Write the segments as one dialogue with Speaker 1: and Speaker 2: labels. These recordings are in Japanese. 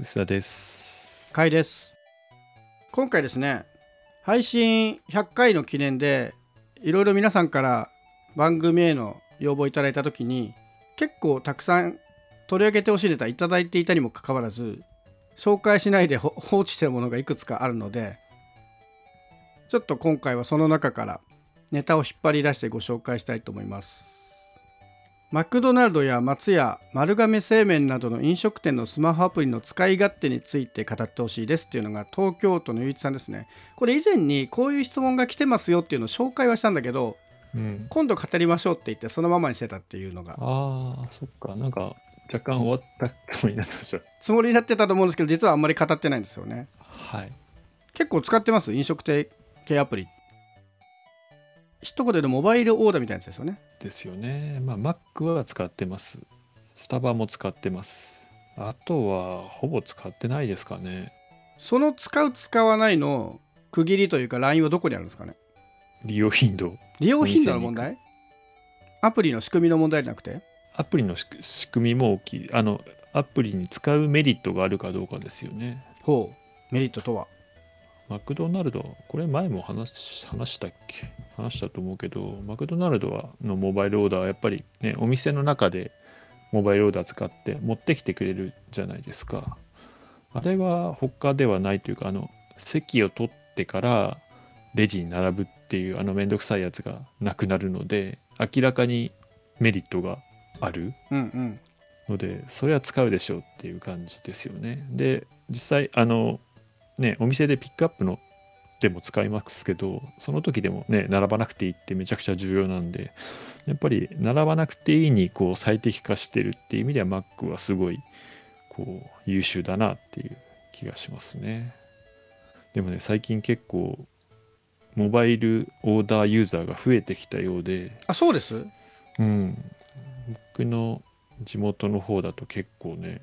Speaker 1: 薄田です。
Speaker 2: かいです今回ですね配信100回の記念でいろいろ皆さんから番組への要望いただいた時に結構たくさん取り上げてほしいネタいただいていたにもかかわらず紹介しないで ほ放置してるものがいくつかあるのでちょっと今回はその中からネタを引っ張り出してご紹介したいと思いますマクドナルドや松屋、丸亀製麺などの飲食店のスマホアプリの使い勝手について語ってほしいですっていうのが東京都のゆういちさんですね。これ以前にこういう質問が来てますよっていうのを紹介はしたんだけど、
Speaker 1: うん。
Speaker 2: 今度語りましょうって言ってそのままにしてたっていうのが
Speaker 1: ああ、そっか。なんか、若干終わったつもりになってました。
Speaker 2: つもりになってたと思うんですけど、実はあんまり語ってないんですよね。
Speaker 1: はい。
Speaker 2: 結構使ってます飲食店系アプリ。一言でモバイルオーダーみたいなやつですよね。
Speaker 1: ですよね。まあ、Mac は使ってます。スタバも使ってます。あとは、ほぼ使ってないですかね。
Speaker 2: その使う使わないの区切りというかラインはどこにあるんですかね
Speaker 1: 利用頻度。
Speaker 2: 利用頻度の問題アプリの仕組みの問題じゃなくて
Speaker 1: アプリのし仕組みも大きい。あの、アプリに使うメリットがあるかどうかですよね。
Speaker 2: ほうメリットとは
Speaker 1: マクドナルド、これ前も話し話したっけ話したと思うけど、マクドナルドはのモバイルオーダーはやっぱりね、お店の中でモバイルオーダー使って持ってきてくれるじゃないですか。あれは他ではないというか、あの、席を取ってからレジに並ぶっていうあのめんどくさいやつがなくなるので、明らかにメリットがある。
Speaker 2: うんうん
Speaker 1: のでそれは使うでしょうっていう感じですよねで実際あのねお店でピックアップのでも使いますけどその時でもね並ばなくていいってめちゃくちゃ重要なんでやっぱり並ばなくていいにこう最適化してるっていう意味では Mac はすごいこう優秀だなっていう気がしますねでもね最近結構モバイルオーダーユーザーが増えてきたようで
Speaker 2: あそうです
Speaker 1: うん、僕の地元の方だと結構ね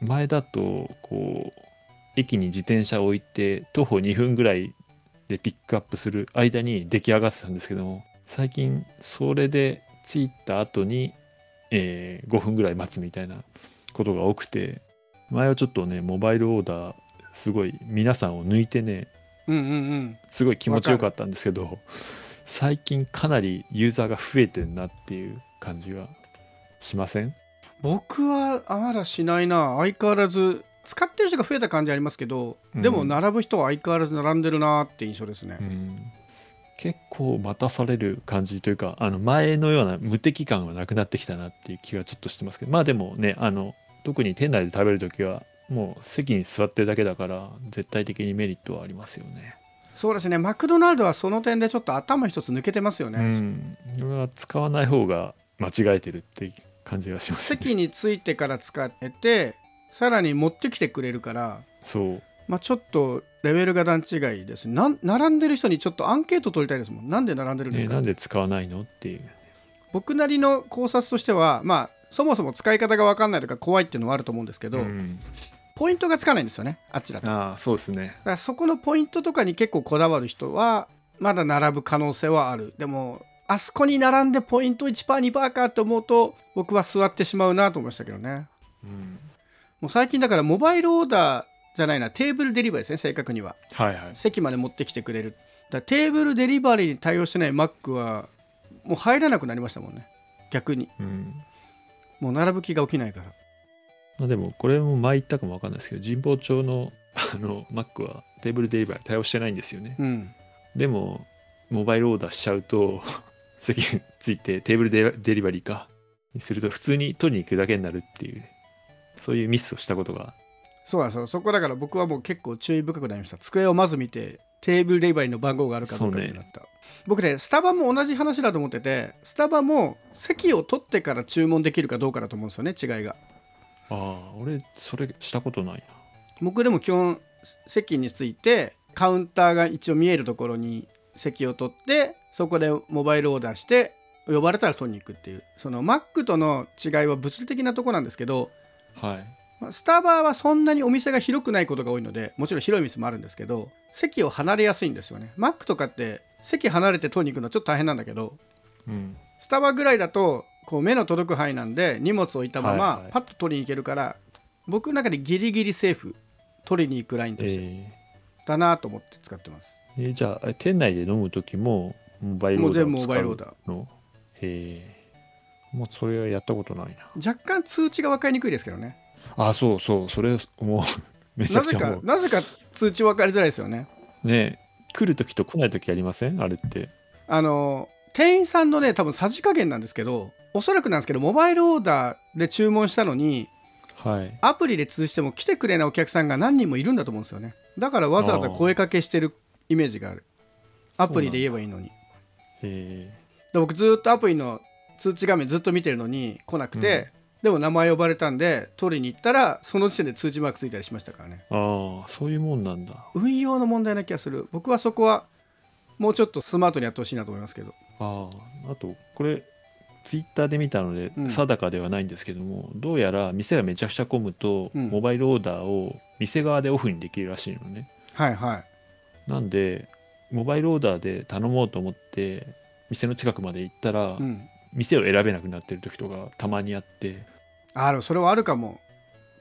Speaker 1: 前だとこう駅に自転車置いて徒歩2分ぐらいでピックアップする間に出来上がってたんですけども最近それで着いた後に、えー5分ぐらい待つみたいなことが多くて前はちょっとねモバイルオーダーすごい皆さんを抜いてね
Speaker 2: うんうんうん
Speaker 1: すごい気持ちよかったんですけど最近かなりユーザーが増えてんなっていう感じがしません
Speaker 2: 僕はあまだしないな相変わらず使ってる人が増えた感じありますけど、
Speaker 1: うん
Speaker 2: でも並ぶ人は相変わらず並んでるなって印象ですね、
Speaker 1: うん結構待たされる感じというかあの前のような無敵感はなくなってきたなっていう気がちょっとしてますけどまあでもねあの特に店内で食べる時はもう席に座ってるだけだから絶対的にメリットはありますよね。
Speaker 2: そうですねマクドナルドはその点でちょっと頭一つ抜けてますよね、
Speaker 1: うん、これは使わない方が間違えてるって感じがします、ね。
Speaker 2: 席に着いてから使えてさらに持ってきてくれるから
Speaker 1: そう
Speaker 2: まあちょっとレベルが段違いですなん並んでる人にちょっとアンケート取りたいですもんなんで並んでるんで
Speaker 1: ね
Speaker 2: すか、
Speaker 1: なんで使わないのっていう。
Speaker 2: 僕なりの考察としてはまあそもそも使い方が分かんないとか怖いっていうのはあると思うんですけど、
Speaker 1: ん
Speaker 2: ポイントがつかないんですよねあっちだとだか
Speaker 1: ああそうですね
Speaker 2: らそこのポイントとかに結構こだわる人はまだ並ぶ可能性はあるでもあそこに並んでポイント 1%2% かと思うと僕は座ってしまうなと思いましたけどね
Speaker 1: うん
Speaker 2: もう最近だからモバイルオーダーじゃないなテーブルデリバリーですね正確には
Speaker 1: はいはい
Speaker 2: 席まで持ってきてくれるだからテーブルデリバリーに対応してない Mac はもう入らなくなりましたもんね逆に
Speaker 1: うん
Speaker 2: もう並ぶ気が起きないから
Speaker 1: まあでもこれも前言ったかもわかんないですけど神保町の あの Mac はテーブルデリバリー対応してないんですよね
Speaker 2: うん
Speaker 1: でもモバイルオーダーしちゃうと 席についてテーブルデデリバリーかにすると普通に取りに行くだけになるっていうねそういうミスをしたことが
Speaker 2: そうなんですよそこだから僕はもう結構注意深くなりました机をまず見てテーブルデリバリーの番号があるかどうか
Speaker 1: そう
Speaker 2: に
Speaker 1: ね
Speaker 2: なった、僕ねスタバも同じ話だと思っててスタバも席を取ってから注文できるかどうかだと思うんですよね違いが
Speaker 1: ああ俺それしたことない
Speaker 2: 僕でも基本席についてカウンターが一応見えるところに席を取ってそこでモバイルオーダーして呼ばれたら取りに行くっていうそのマックとの違いは物理的なとこなんですけど
Speaker 1: なはい
Speaker 2: まあスタバはそんなにお店が広くないことが多いのでもちろん広い店もあるんですけど席を離れやすいんですよねマックとかって席離れて取りに行くのはちょっと大変なんだけど
Speaker 1: うん
Speaker 2: スタバぐらいだとこう目の届く範囲なんで荷物置いたま
Speaker 1: はい
Speaker 2: ま
Speaker 1: はい
Speaker 2: パッと取りに行けるから僕の中でギリギリセーフ取りに行くラインとして
Speaker 1: え
Speaker 2: だなと思って使ってます、
Speaker 1: ーえーじゃあ、店内で飲むときも、モバイル
Speaker 2: も
Speaker 1: オ
Speaker 2: う
Speaker 1: ーダー
Speaker 2: 全部モバイル
Speaker 1: を
Speaker 2: オー
Speaker 1: 使
Speaker 2: ダー
Speaker 1: うの。えーもうそれはやったことないな。
Speaker 2: 若干通知が分かりにくいですけどね
Speaker 1: あ、そうそう、それ、もう、 めちゃ
Speaker 2: な
Speaker 1: くち
Speaker 2: ぜ
Speaker 1: ゃも
Speaker 2: か
Speaker 1: う、
Speaker 2: なぜか通知分かりづらいですよね
Speaker 1: ね、来るときと来ないときありませんあれって。
Speaker 2: あの店員さんのね多分さじ加減なんですけどおそらくなんですけどモバイルオーダーで注文したのに
Speaker 1: はい。
Speaker 2: アプリで通じても来てくれないお客さんが何人もいるんだと思うんですよねだからわざわざ声かけしてるイメージがあるアプリで言え
Speaker 1: ば。
Speaker 2: ばいいのに
Speaker 1: え
Speaker 2: で僕ずっとアプリの通知画面ずっと見てるのに来なくて、でも名前呼ばれたんで取りに行ったらその時点で通知マークついたりしましたからね
Speaker 1: ーああ、そういうもんなんだ。
Speaker 2: 運用の問題な気がする僕はそこはもうちょっとスマートにやってほしいなと思いますけど
Speaker 1: あああとこれツイッターで見たので
Speaker 2: うん
Speaker 1: 定かではないんですけども、どうやら店がめちゃくちゃ混むと、
Speaker 2: うん
Speaker 1: モバイルオーダーを店側でオフにできるらしいのね
Speaker 2: はいはい
Speaker 1: なんでモバイルオーダーで頼もうと思って店の近くまで行ったら、
Speaker 2: うん
Speaker 1: 店を選べなくなってる時とかたまにあって
Speaker 2: あるそれはあるかも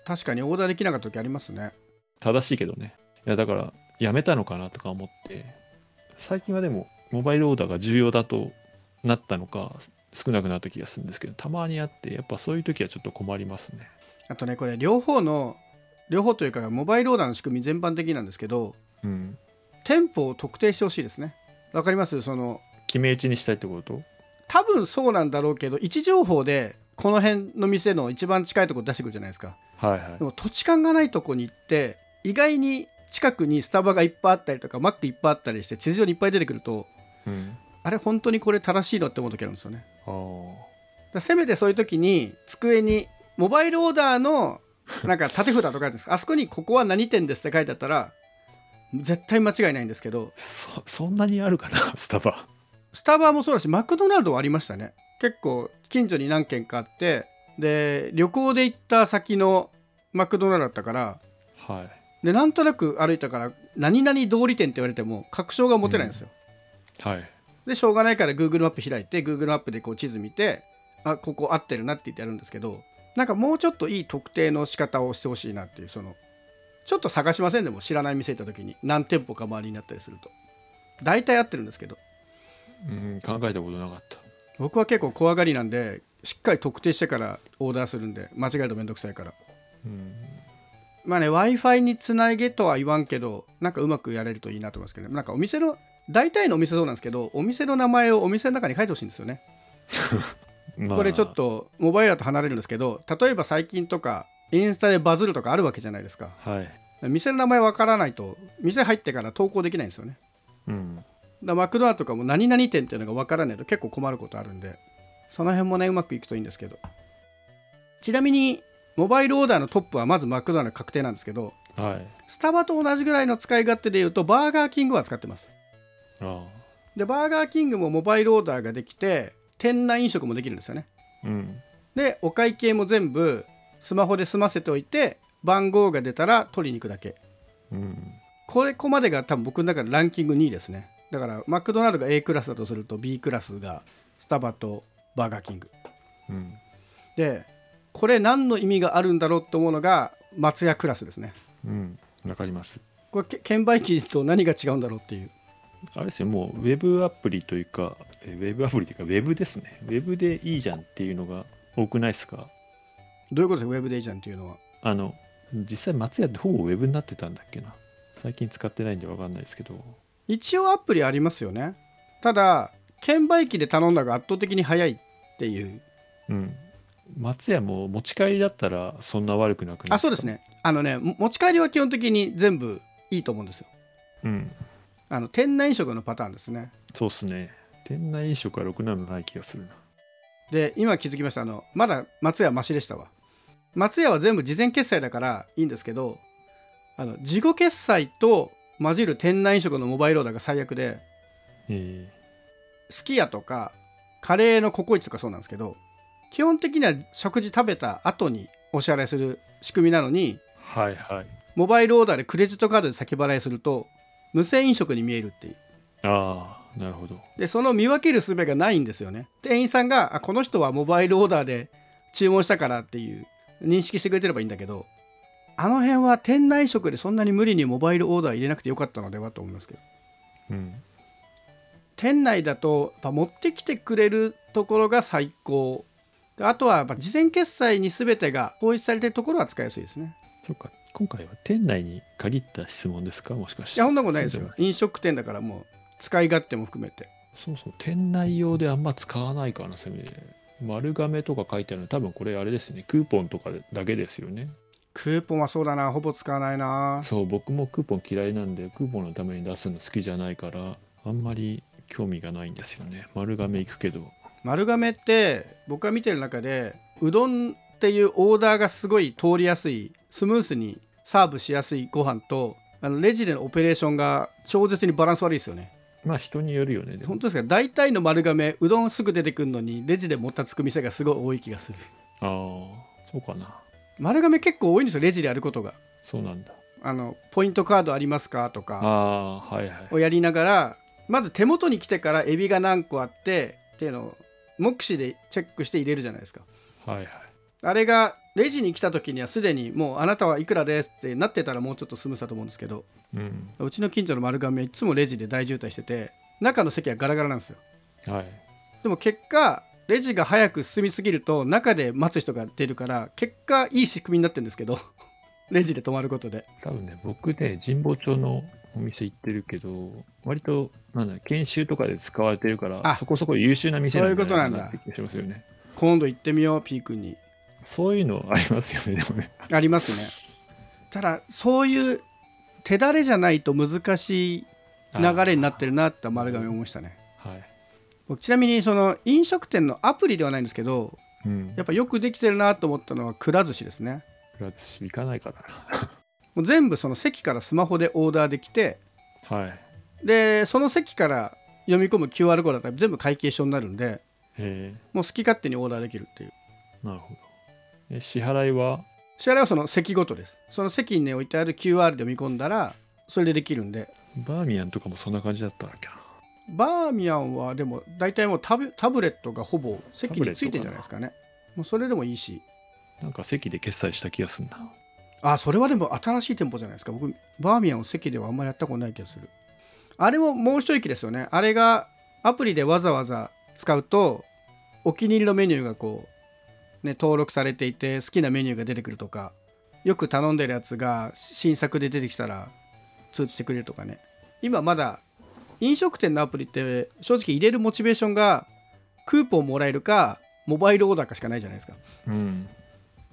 Speaker 2: 確かにオーダーできなかった時ありますね
Speaker 1: 正しいけどねいやだからやめたのかなとか思って最近はでもモバイルオーダーが重要だとなったのか少なくなった気がするんですけどたまにあってやっぱそういう時はちょっと困りますね
Speaker 2: あとねこれ両方の両方というかモバイルオーダーの仕組み全般的なんですけど
Speaker 1: うん
Speaker 2: 店舗を特定してほしいですねわかりますその
Speaker 1: 決め打ちにしたいってこと
Speaker 2: 多分そうなんだろうけど位置情報でこの辺の店の一番近いとこ出してくるじゃないですか
Speaker 1: はいはい
Speaker 2: でも土地勘がないとこに行って意外に近くにスタバがいっぱいあったりとかマックいっぱいあったりして地図上にいっぱい出てくると
Speaker 1: うん
Speaker 2: あれ本当にこれ正しいのって思う時あるんですよね
Speaker 1: あー
Speaker 2: だからせめてそういう時に机にモバイルオーダーのなんか縦札とかあるじゃないですかあそこに「ここは何店です」って書いてあったら絶対間違いないんですけど
Speaker 1: そそんなにあるかな スタバ
Speaker 2: スタバもそうだしマクドナルドはありましたね結構近所に何軒かあってで旅行で行った先のマクドナルドだったから
Speaker 1: はい
Speaker 2: でなんとなく歩いたから何々通り店って言われても確証が持てないんですよ、
Speaker 1: はい
Speaker 2: でしょうがないから Google マップ開いて Google マップでこう地図見てあここ合ってるなって言ってやるんですけどなんかもうちょっといい特定の仕方をしてほしいなっていうそのちょっと探しませんでも知らない店行った時に何店舗か周りになったりすると大体合ってるんですけど
Speaker 1: うん考えたことなかった
Speaker 2: 僕は結構怖がりなんでしっかり特定してからオーダーするんで間違えるとめんどくさいから
Speaker 1: うん
Speaker 2: まあね w i f i につなげとは言わんけどなんかうまくやれるといいなと思いますけどねなんかお店の大体のお店そうなんですけどお店の名前をお店の中に書いてほしいんですよね
Speaker 1: まあ
Speaker 2: これちょっとモバイルだと離れるんですけど例えば最近とかインスタでバズるとかあるわけじゃないですか
Speaker 1: はい
Speaker 2: 店の名前わからないと店入ってから投稿できないんですよね
Speaker 1: うん
Speaker 2: だからマクドナルドとかも何々店っていうのが分からないと結構困ることあるんでその辺もねうまくいくといいんですけどちなみにモバイルオーダーのトップはまずマクドナルド確定なんですけど
Speaker 1: はい
Speaker 2: スタバと同じぐらいの使い勝手で言うとバーガーキングは使ってます
Speaker 1: あ
Speaker 2: でバーガーキングもモバイルオーダーができて店内飲食もできるんですよね
Speaker 1: ーうん
Speaker 2: でお会計も全部スマホで済ませておいて番号が出たら取りに行くだけ
Speaker 1: うん
Speaker 2: これここまでが多分僕の中でランキング2位ですねだからマクドナルドが A クラスだとすると B クラスがスタバとバーガーキング
Speaker 1: うん
Speaker 2: でこれ何の意味があるんだろうと思うのが松屋クラスですね
Speaker 1: うんわかります
Speaker 2: これけ券売機と何が違うんだろうっていう
Speaker 1: あれですよもうウェブアプリというかえウェブアプリというかウェブですねウェブでいいじゃんっていうのが多くないですか
Speaker 2: どういうことですかウェブデイジャンっていうのは
Speaker 1: あの実際松屋ってほぼウェブになってたんだっけな最近使ってないんでわかんないですけど
Speaker 2: 一応アプリありますよねただ券売機で頼んだが圧倒的に早いっていう
Speaker 1: うん松屋も持ち帰りだったらそんな悪くなくない
Speaker 2: あそうですねあのねも持ち帰りは基本的に全部いいと思うんですよ
Speaker 1: うん
Speaker 2: あの店内飲食のパターンですね
Speaker 1: そうっすね店内飲食はろくなのない気がするな
Speaker 2: で今気づきましたあのまだ松屋マシでしたわ松屋は全部事前決済だからいいんですけどあの事後決済と混じる店内飲食のモバイルオーダーが最悪で
Speaker 1: え
Speaker 2: すき家とかカレーのココイチとかそうなんですけど基本的には食事食べた後にお支払いする仕組みなのに
Speaker 1: ーはいはい
Speaker 2: モバイルオーダーでクレジットカードで先払いすると無銭飲食に見えるっていう
Speaker 1: ああなるほど
Speaker 2: でその見分ける術がないんですよね店員さんがあこの人はモバイルオーダーで注文したからっていう認識してくれてればいいんだけどあの辺は店内食でそんなに無理にモバイルオーダー入れなくてよかったのではと思いますけど
Speaker 1: うん。
Speaker 2: 店内だとやっぱ持ってきてくれるところが最高であとはやっぱ事前決済に全てが統一されてるところは使いやすいですね
Speaker 1: そっか、今回は店内に限った質問ですかもしかして。
Speaker 2: いやそんなことないです
Speaker 1: そう
Speaker 2: よ
Speaker 1: じ
Speaker 2: 飲食店だからもう使い勝手も含めて
Speaker 1: ゃないそうそう、店内用であんま使わないからな、それね。丸亀とか書いてあるの、多分これあれですね、クーポンとかだけですよね。
Speaker 2: クーポンはそうだなほぼ使わないな
Speaker 1: そう、僕もクーポン嫌いなんで、クーポンのために出すの好きじゃないから、あんまり興味がないんですよね。丸亀行くけど。
Speaker 2: 丸亀って僕が見てる中でうどんっていうオーダーがすごい通りやすいスムースにサーブしやすいご飯とあのレジでのオペレーションが超絶にバランス悪いですよね
Speaker 1: まあ人によるよね。でも
Speaker 2: 本当ですか大体の丸亀うどんすぐ出てくるのにレジでもたつく店がすごい多い気がする
Speaker 1: ああ、そうかな。
Speaker 2: 丸亀結構多いんですよレジでやることが
Speaker 1: そうなんだ。
Speaker 2: あのポイントカードありますかとか
Speaker 1: ああー、はいはい。
Speaker 2: をやりながらまず手元に来てからエビが何個あってっていうのを目視でチェックして入れるじゃないですか
Speaker 1: はいはい。
Speaker 2: あれがレジに来た時にはすでにもうあなたはいくらですってなってたらもうちょっとスムーズだと思うんですけど
Speaker 1: うん。
Speaker 2: うちの近所の丸亀はいつもレジで大渋滞してて中の席はガラガラなんですよ
Speaker 1: はい。
Speaker 2: でも結果レジが早く進みすぎると中で待つ人が出るから結果いい仕組みになってるんですけど レジで止まることで
Speaker 1: 多分ね、僕ね、神保町のお店行ってるけど、割と、なんだろう、研修とかで使われてるから、
Speaker 2: あ
Speaker 1: そこそこ優秀な店なんじゃ
Speaker 2: そういうことなん
Speaker 1: な
Speaker 2: だ
Speaker 1: いかって気がしますよね。
Speaker 2: 今度行ってみようピー君に
Speaker 1: そういうのありますよね、でもね。
Speaker 2: ありますねただそういう手だれじゃないと難しい 流れになってるなって丸亀思いましたね
Speaker 1: あー。はい。
Speaker 2: 僕ちなみにその飲食店のアプリではないんですけど
Speaker 1: うん。
Speaker 2: やっぱよくできてるなと思ったのはくら寿司ですね
Speaker 1: くら寿司行かない から
Speaker 2: もう全部その席からスマホでオーダーできて
Speaker 1: な。はい。
Speaker 2: でその席から読み込む QR コードだったら全部会計書になるんで
Speaker 1: え
Speaker 2: もう好き勝手にオーダーできるっていう
Speaker 1: ー、なるほど。え支払いは、
Speaker 2: 支払いはその席ごとですその席にね置いてある QR で読み込んだらそれでできるんで
Speaker 1: バーミヤンとかもそんな感じだったわけな。
Speaker 2: バーミヤンはでも大体もうタブタブレットがほぼ席についてんじゃないですかねもうそれでもいいし
Speaker 1: なんか席で決済した気がすんな。
Speaker 2: あそれはでも新しい店舗じゃないですか僕バーミヤンを席ではあんまりやったことない気がするあれももう一息ですよねあれがアプリでわざわざ使うとお気に入りのメニューがこうね登録されていて好きなメニューが出てくるとかよく頼んでるやつが新作で出てきたら通知してくれるとかね今まだ飲食店のアプリって正直入れるモチベーションがクーポンもらえるかモバイルオーダーかしかないじゃないですか
Speaker 1: うん。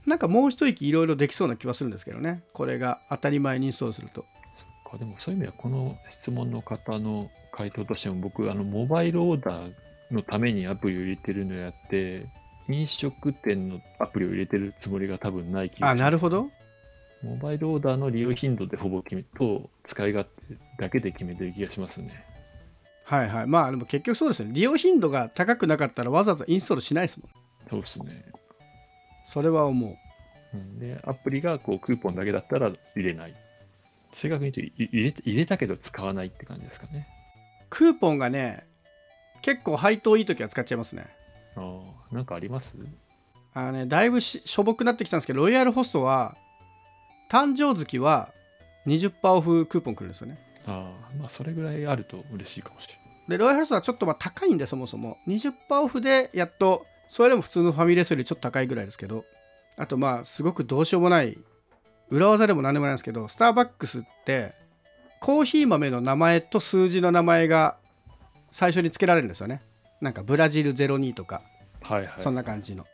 Speaker 2: なんかもう一息いろいろできそうな気はするんですけどねこれが当たり前にそうすると
Speaker 1: かでもそういう意味ではこの質問の方の回答としても僕あのモバイルオーダーのためにアプリを入れてるのやって飲食店のアプリを入れてるつもりが多分ない気が
Speaker 2: あなるほど
Speaker 1: どモバイルオーダーの利用頻度でほぼ決めと使い勝手だけで決めてる気がしますね
Speaker 2: はいはいまあでも結局そうですよね利用頻度が高くなかったらわざわざインストールしないですもん
Speaker 1: そうですね、
Speaker 2: それは思う
Speaker 1: うん、でアプリがこうクーポンだけだったら入れない正確に言うとい入れ入れたけど使わないって感じですかね
Speaker 2: クーポンがね結構配当いい時は使っちゃいますね
Speaker 1: ああんかあります
Speaker 2: あのねだいぶししょぼくなってきたんですけどロイヤルホストは誕生月は20%オフクーポンくるんですよね
Speaker 1: ああまあそれぐらいあると嬉しいかもしれない
Speaker 2: でロイヤルホストはちょっとまあ高いんでそもそも20%オフでやっとそれでも普通のファミレスよりちょっと高いぐらいですけどあとまあすごくどうしようもない裏技でも何でもないんですけどスターバックスってコーヒー豆の名前と数字の名前が最初に付けられるんですよねなんかブラジル02とか
Speaker 1: はいはい
Speaker 2: そんな感じの、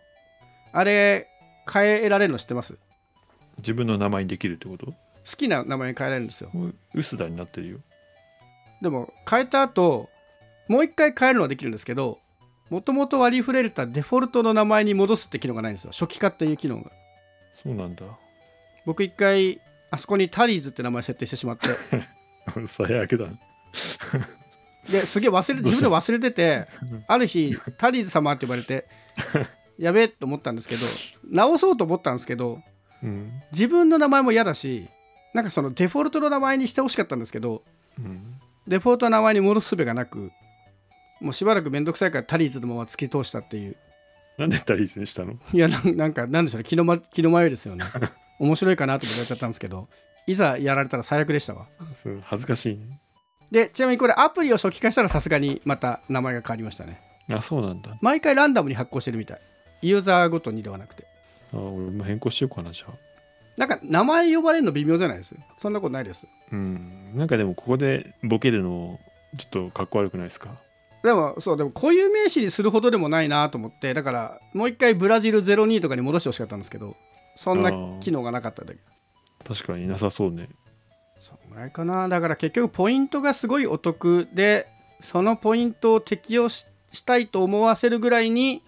Speaker 2: あれ変えられるの知ってます好
Speaker 1: 自分の名前にできるってこと
Speaker 2: きな名前に変えられるんですよ
Speaker 1: もう薄田になってるよ。
Speaker 2: でも変えた後もう一回変えるのはできるんですけどもともと割り振れたデフォルトの名前に戻すって機能がないんですよ初期化っていう機能が
Speaker 1: そうなん だ。
Speaker 2: 僕一回あそこにタリーズって名前設定してしまって
Speaker 1: 最悪だ。
Speaker 2: ですげえ忘れて自分で忘れててある日タリーズ様って呼ばれてやべえと思ったんですけど直そうと思ったんですけど
Speaker 1: うん。
Speaker 2: 自分の名前も嫌だしなんかそのデフォルトの名前にしてほしかったんですけど
Speaker 1: うん。
Speaker 2: デフォルトの名前に戻す術がなくもうしばらくめんどくさいからタリーズのまま突き通したっていう
Speaker 1: なんでタリーズにしたの
Speaker 2: いやなんなんかなんでしょうね気の,、ま、気の迷いですよね面白いかなと思ってやっちゃったんですけどいざやられたら最悪でしたわ
Speaker 1: そう恥ずかしいね。
Speaker 2: でちなみにこれアプリを初期化したらさすがにまた名前が変わりましたね
Speaker 1: あ、そうなんだ。
Speaker 2: 毎回ランダムに発行してるみたいユーザーごとにではなくて
Speaker 1: あ俺も変更しようかな、じゃあ。
Speaker 2: なんか名前呼ばれるの微妙じゃないですそんなことないです
Speaker 1: うん。なんかでも、ここでボケるの、ちょっとかっこ悪くないですか。
Speaker 2: でもそうでも固有名詞にするほどでもないなと思ってだからもう一回ブラジル02とかに戻してほしかったんですけどそんな
Speaker 1: あー
Speaker 2: 機能がなかっただけ
Speaker 1: 確かになさそうね。
Speaker 2: そんぐらいかなだから結局ポイントがすごいお得でそのポイントを適用ししたいと思わせるぐらいに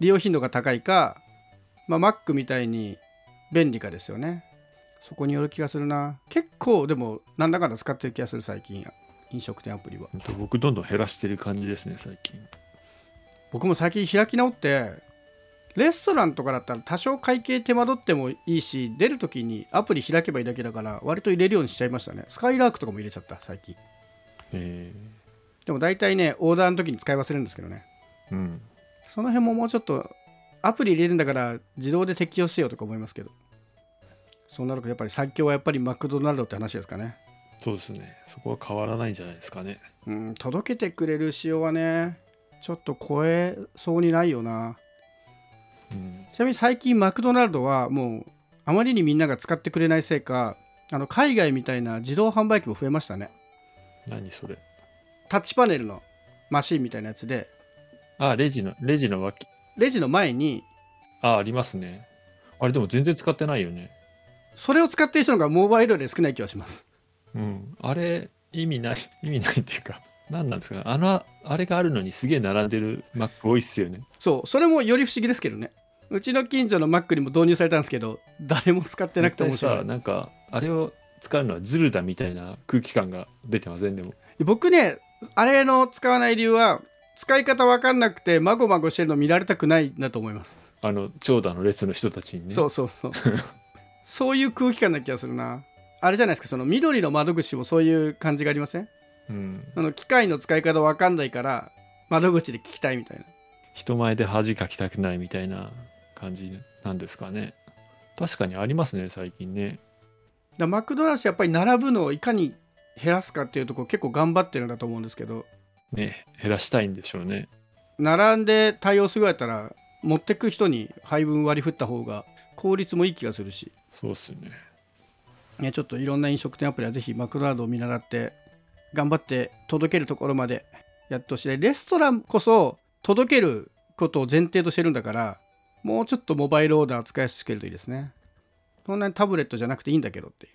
Speaker 2: 利用頻度が高いか、まあ、Mac みたいに便利かですよねそこによる気がするな結構でもなんだかんだ使ってる気がする最近飲食店アプリは
Speaker 1: ほんと僕、どんどん減らしてる感じですね、最近。
Speaker 2: 僕も最近開き直ってレストランとかだったら多少会計手間取ってもいいし出る時にアプリ開けばいいだけだから割と入れるようにしちゃいましたねスカイラークとかも入れちゃった最近
Speaker 1: え
Speaker 2: でも大体ねオーダーの時に使い忘れるんですけどね
Speaker 1: ー、うん。
Speaker 2: その辺ももうちょっとアプリ入れるんだから自動で適用してよとか思いますけどそうなるとやっぱり最強はやっぱりマクドナルドって話ですかね
Speaker 1: そうですね。そこは変わらないんじゃないですかね。
Speaker 2: うん届けてくれる仕様はねちょっと超えそうにないよな
Speaker 1: うん。
Speaker 2: ちなみに最近マクドナルドはもうあまりにみんなが使ってくれないせいかあの海外みたいな自動販売機も増えましたね
Speaker 1: 何それ。
Speaker 2: タッチパネルのマシンみたいなやつで
Speaker 1: あ、レジの、レジの脇。
Speaker 2: レジの前に
Speaker 1: あ、ありますね。あれ、でも全然使ってないよね。
Speaker 2: それを使っている人の方がモバイルより少ない気はします
Speaker 1: うん。あれ、意味ない、 意味ないっていうか、何なんですかね。あの、あれがあるのにすげえ並んでる Mac 多いっすよね。
Speaker 2: そうそれもより不思議ですけどねうちの近所のマックにも導入されたんですけど誰も使ってなくて面
Speaker 1: 絶対
Speaker 2: 白
Speaker 1: さ
Speaker 2: い
Speaker 1: なんかあれを使うのはズルだみたいな空気感が出てませんでも
Speaker 2: 僕ねあれの使わない理由は使い方わかんなくてまごまごしてるの見られたくないなと思います、
Speaker 1: あの長蛇の列の人たちにね
Speaker 2: そうそう そうそういう空気感な気がするなあれじゃないですかその緑の窓口もそういう感じがありません
Speaker 1: うん、
Speaker 2: あの機械の使い方わかんないから窓口で聞きたいみたいな
Speaker 1: 人前で恥かきたくないみたいな感じなんですかね確かにありますね最近ね
Speaker 2: だからマクドナルドやっぱり並ぶのをいかに減らすかっていうところ結構頑張ってるんだと思うんですけど
Speaker 1: ね減らしたいんでしょうね
Speaker 2: 並んで対応するぐらいだったら持ってく人に配分割り振った方が効率もいい気がするし、
Speaker 1: そうっすね
Speaker 2: ね、ちょっといろんな飲食店アプリはぜひマクドナルドを見習って頑張って届けるところまでやってほしいレストランこそ届けることを前提としてるんだからもうちょっとモバイルオーダー使いやすくしてるといいですねそんなにタブレットじゃなくていいんだけどっていう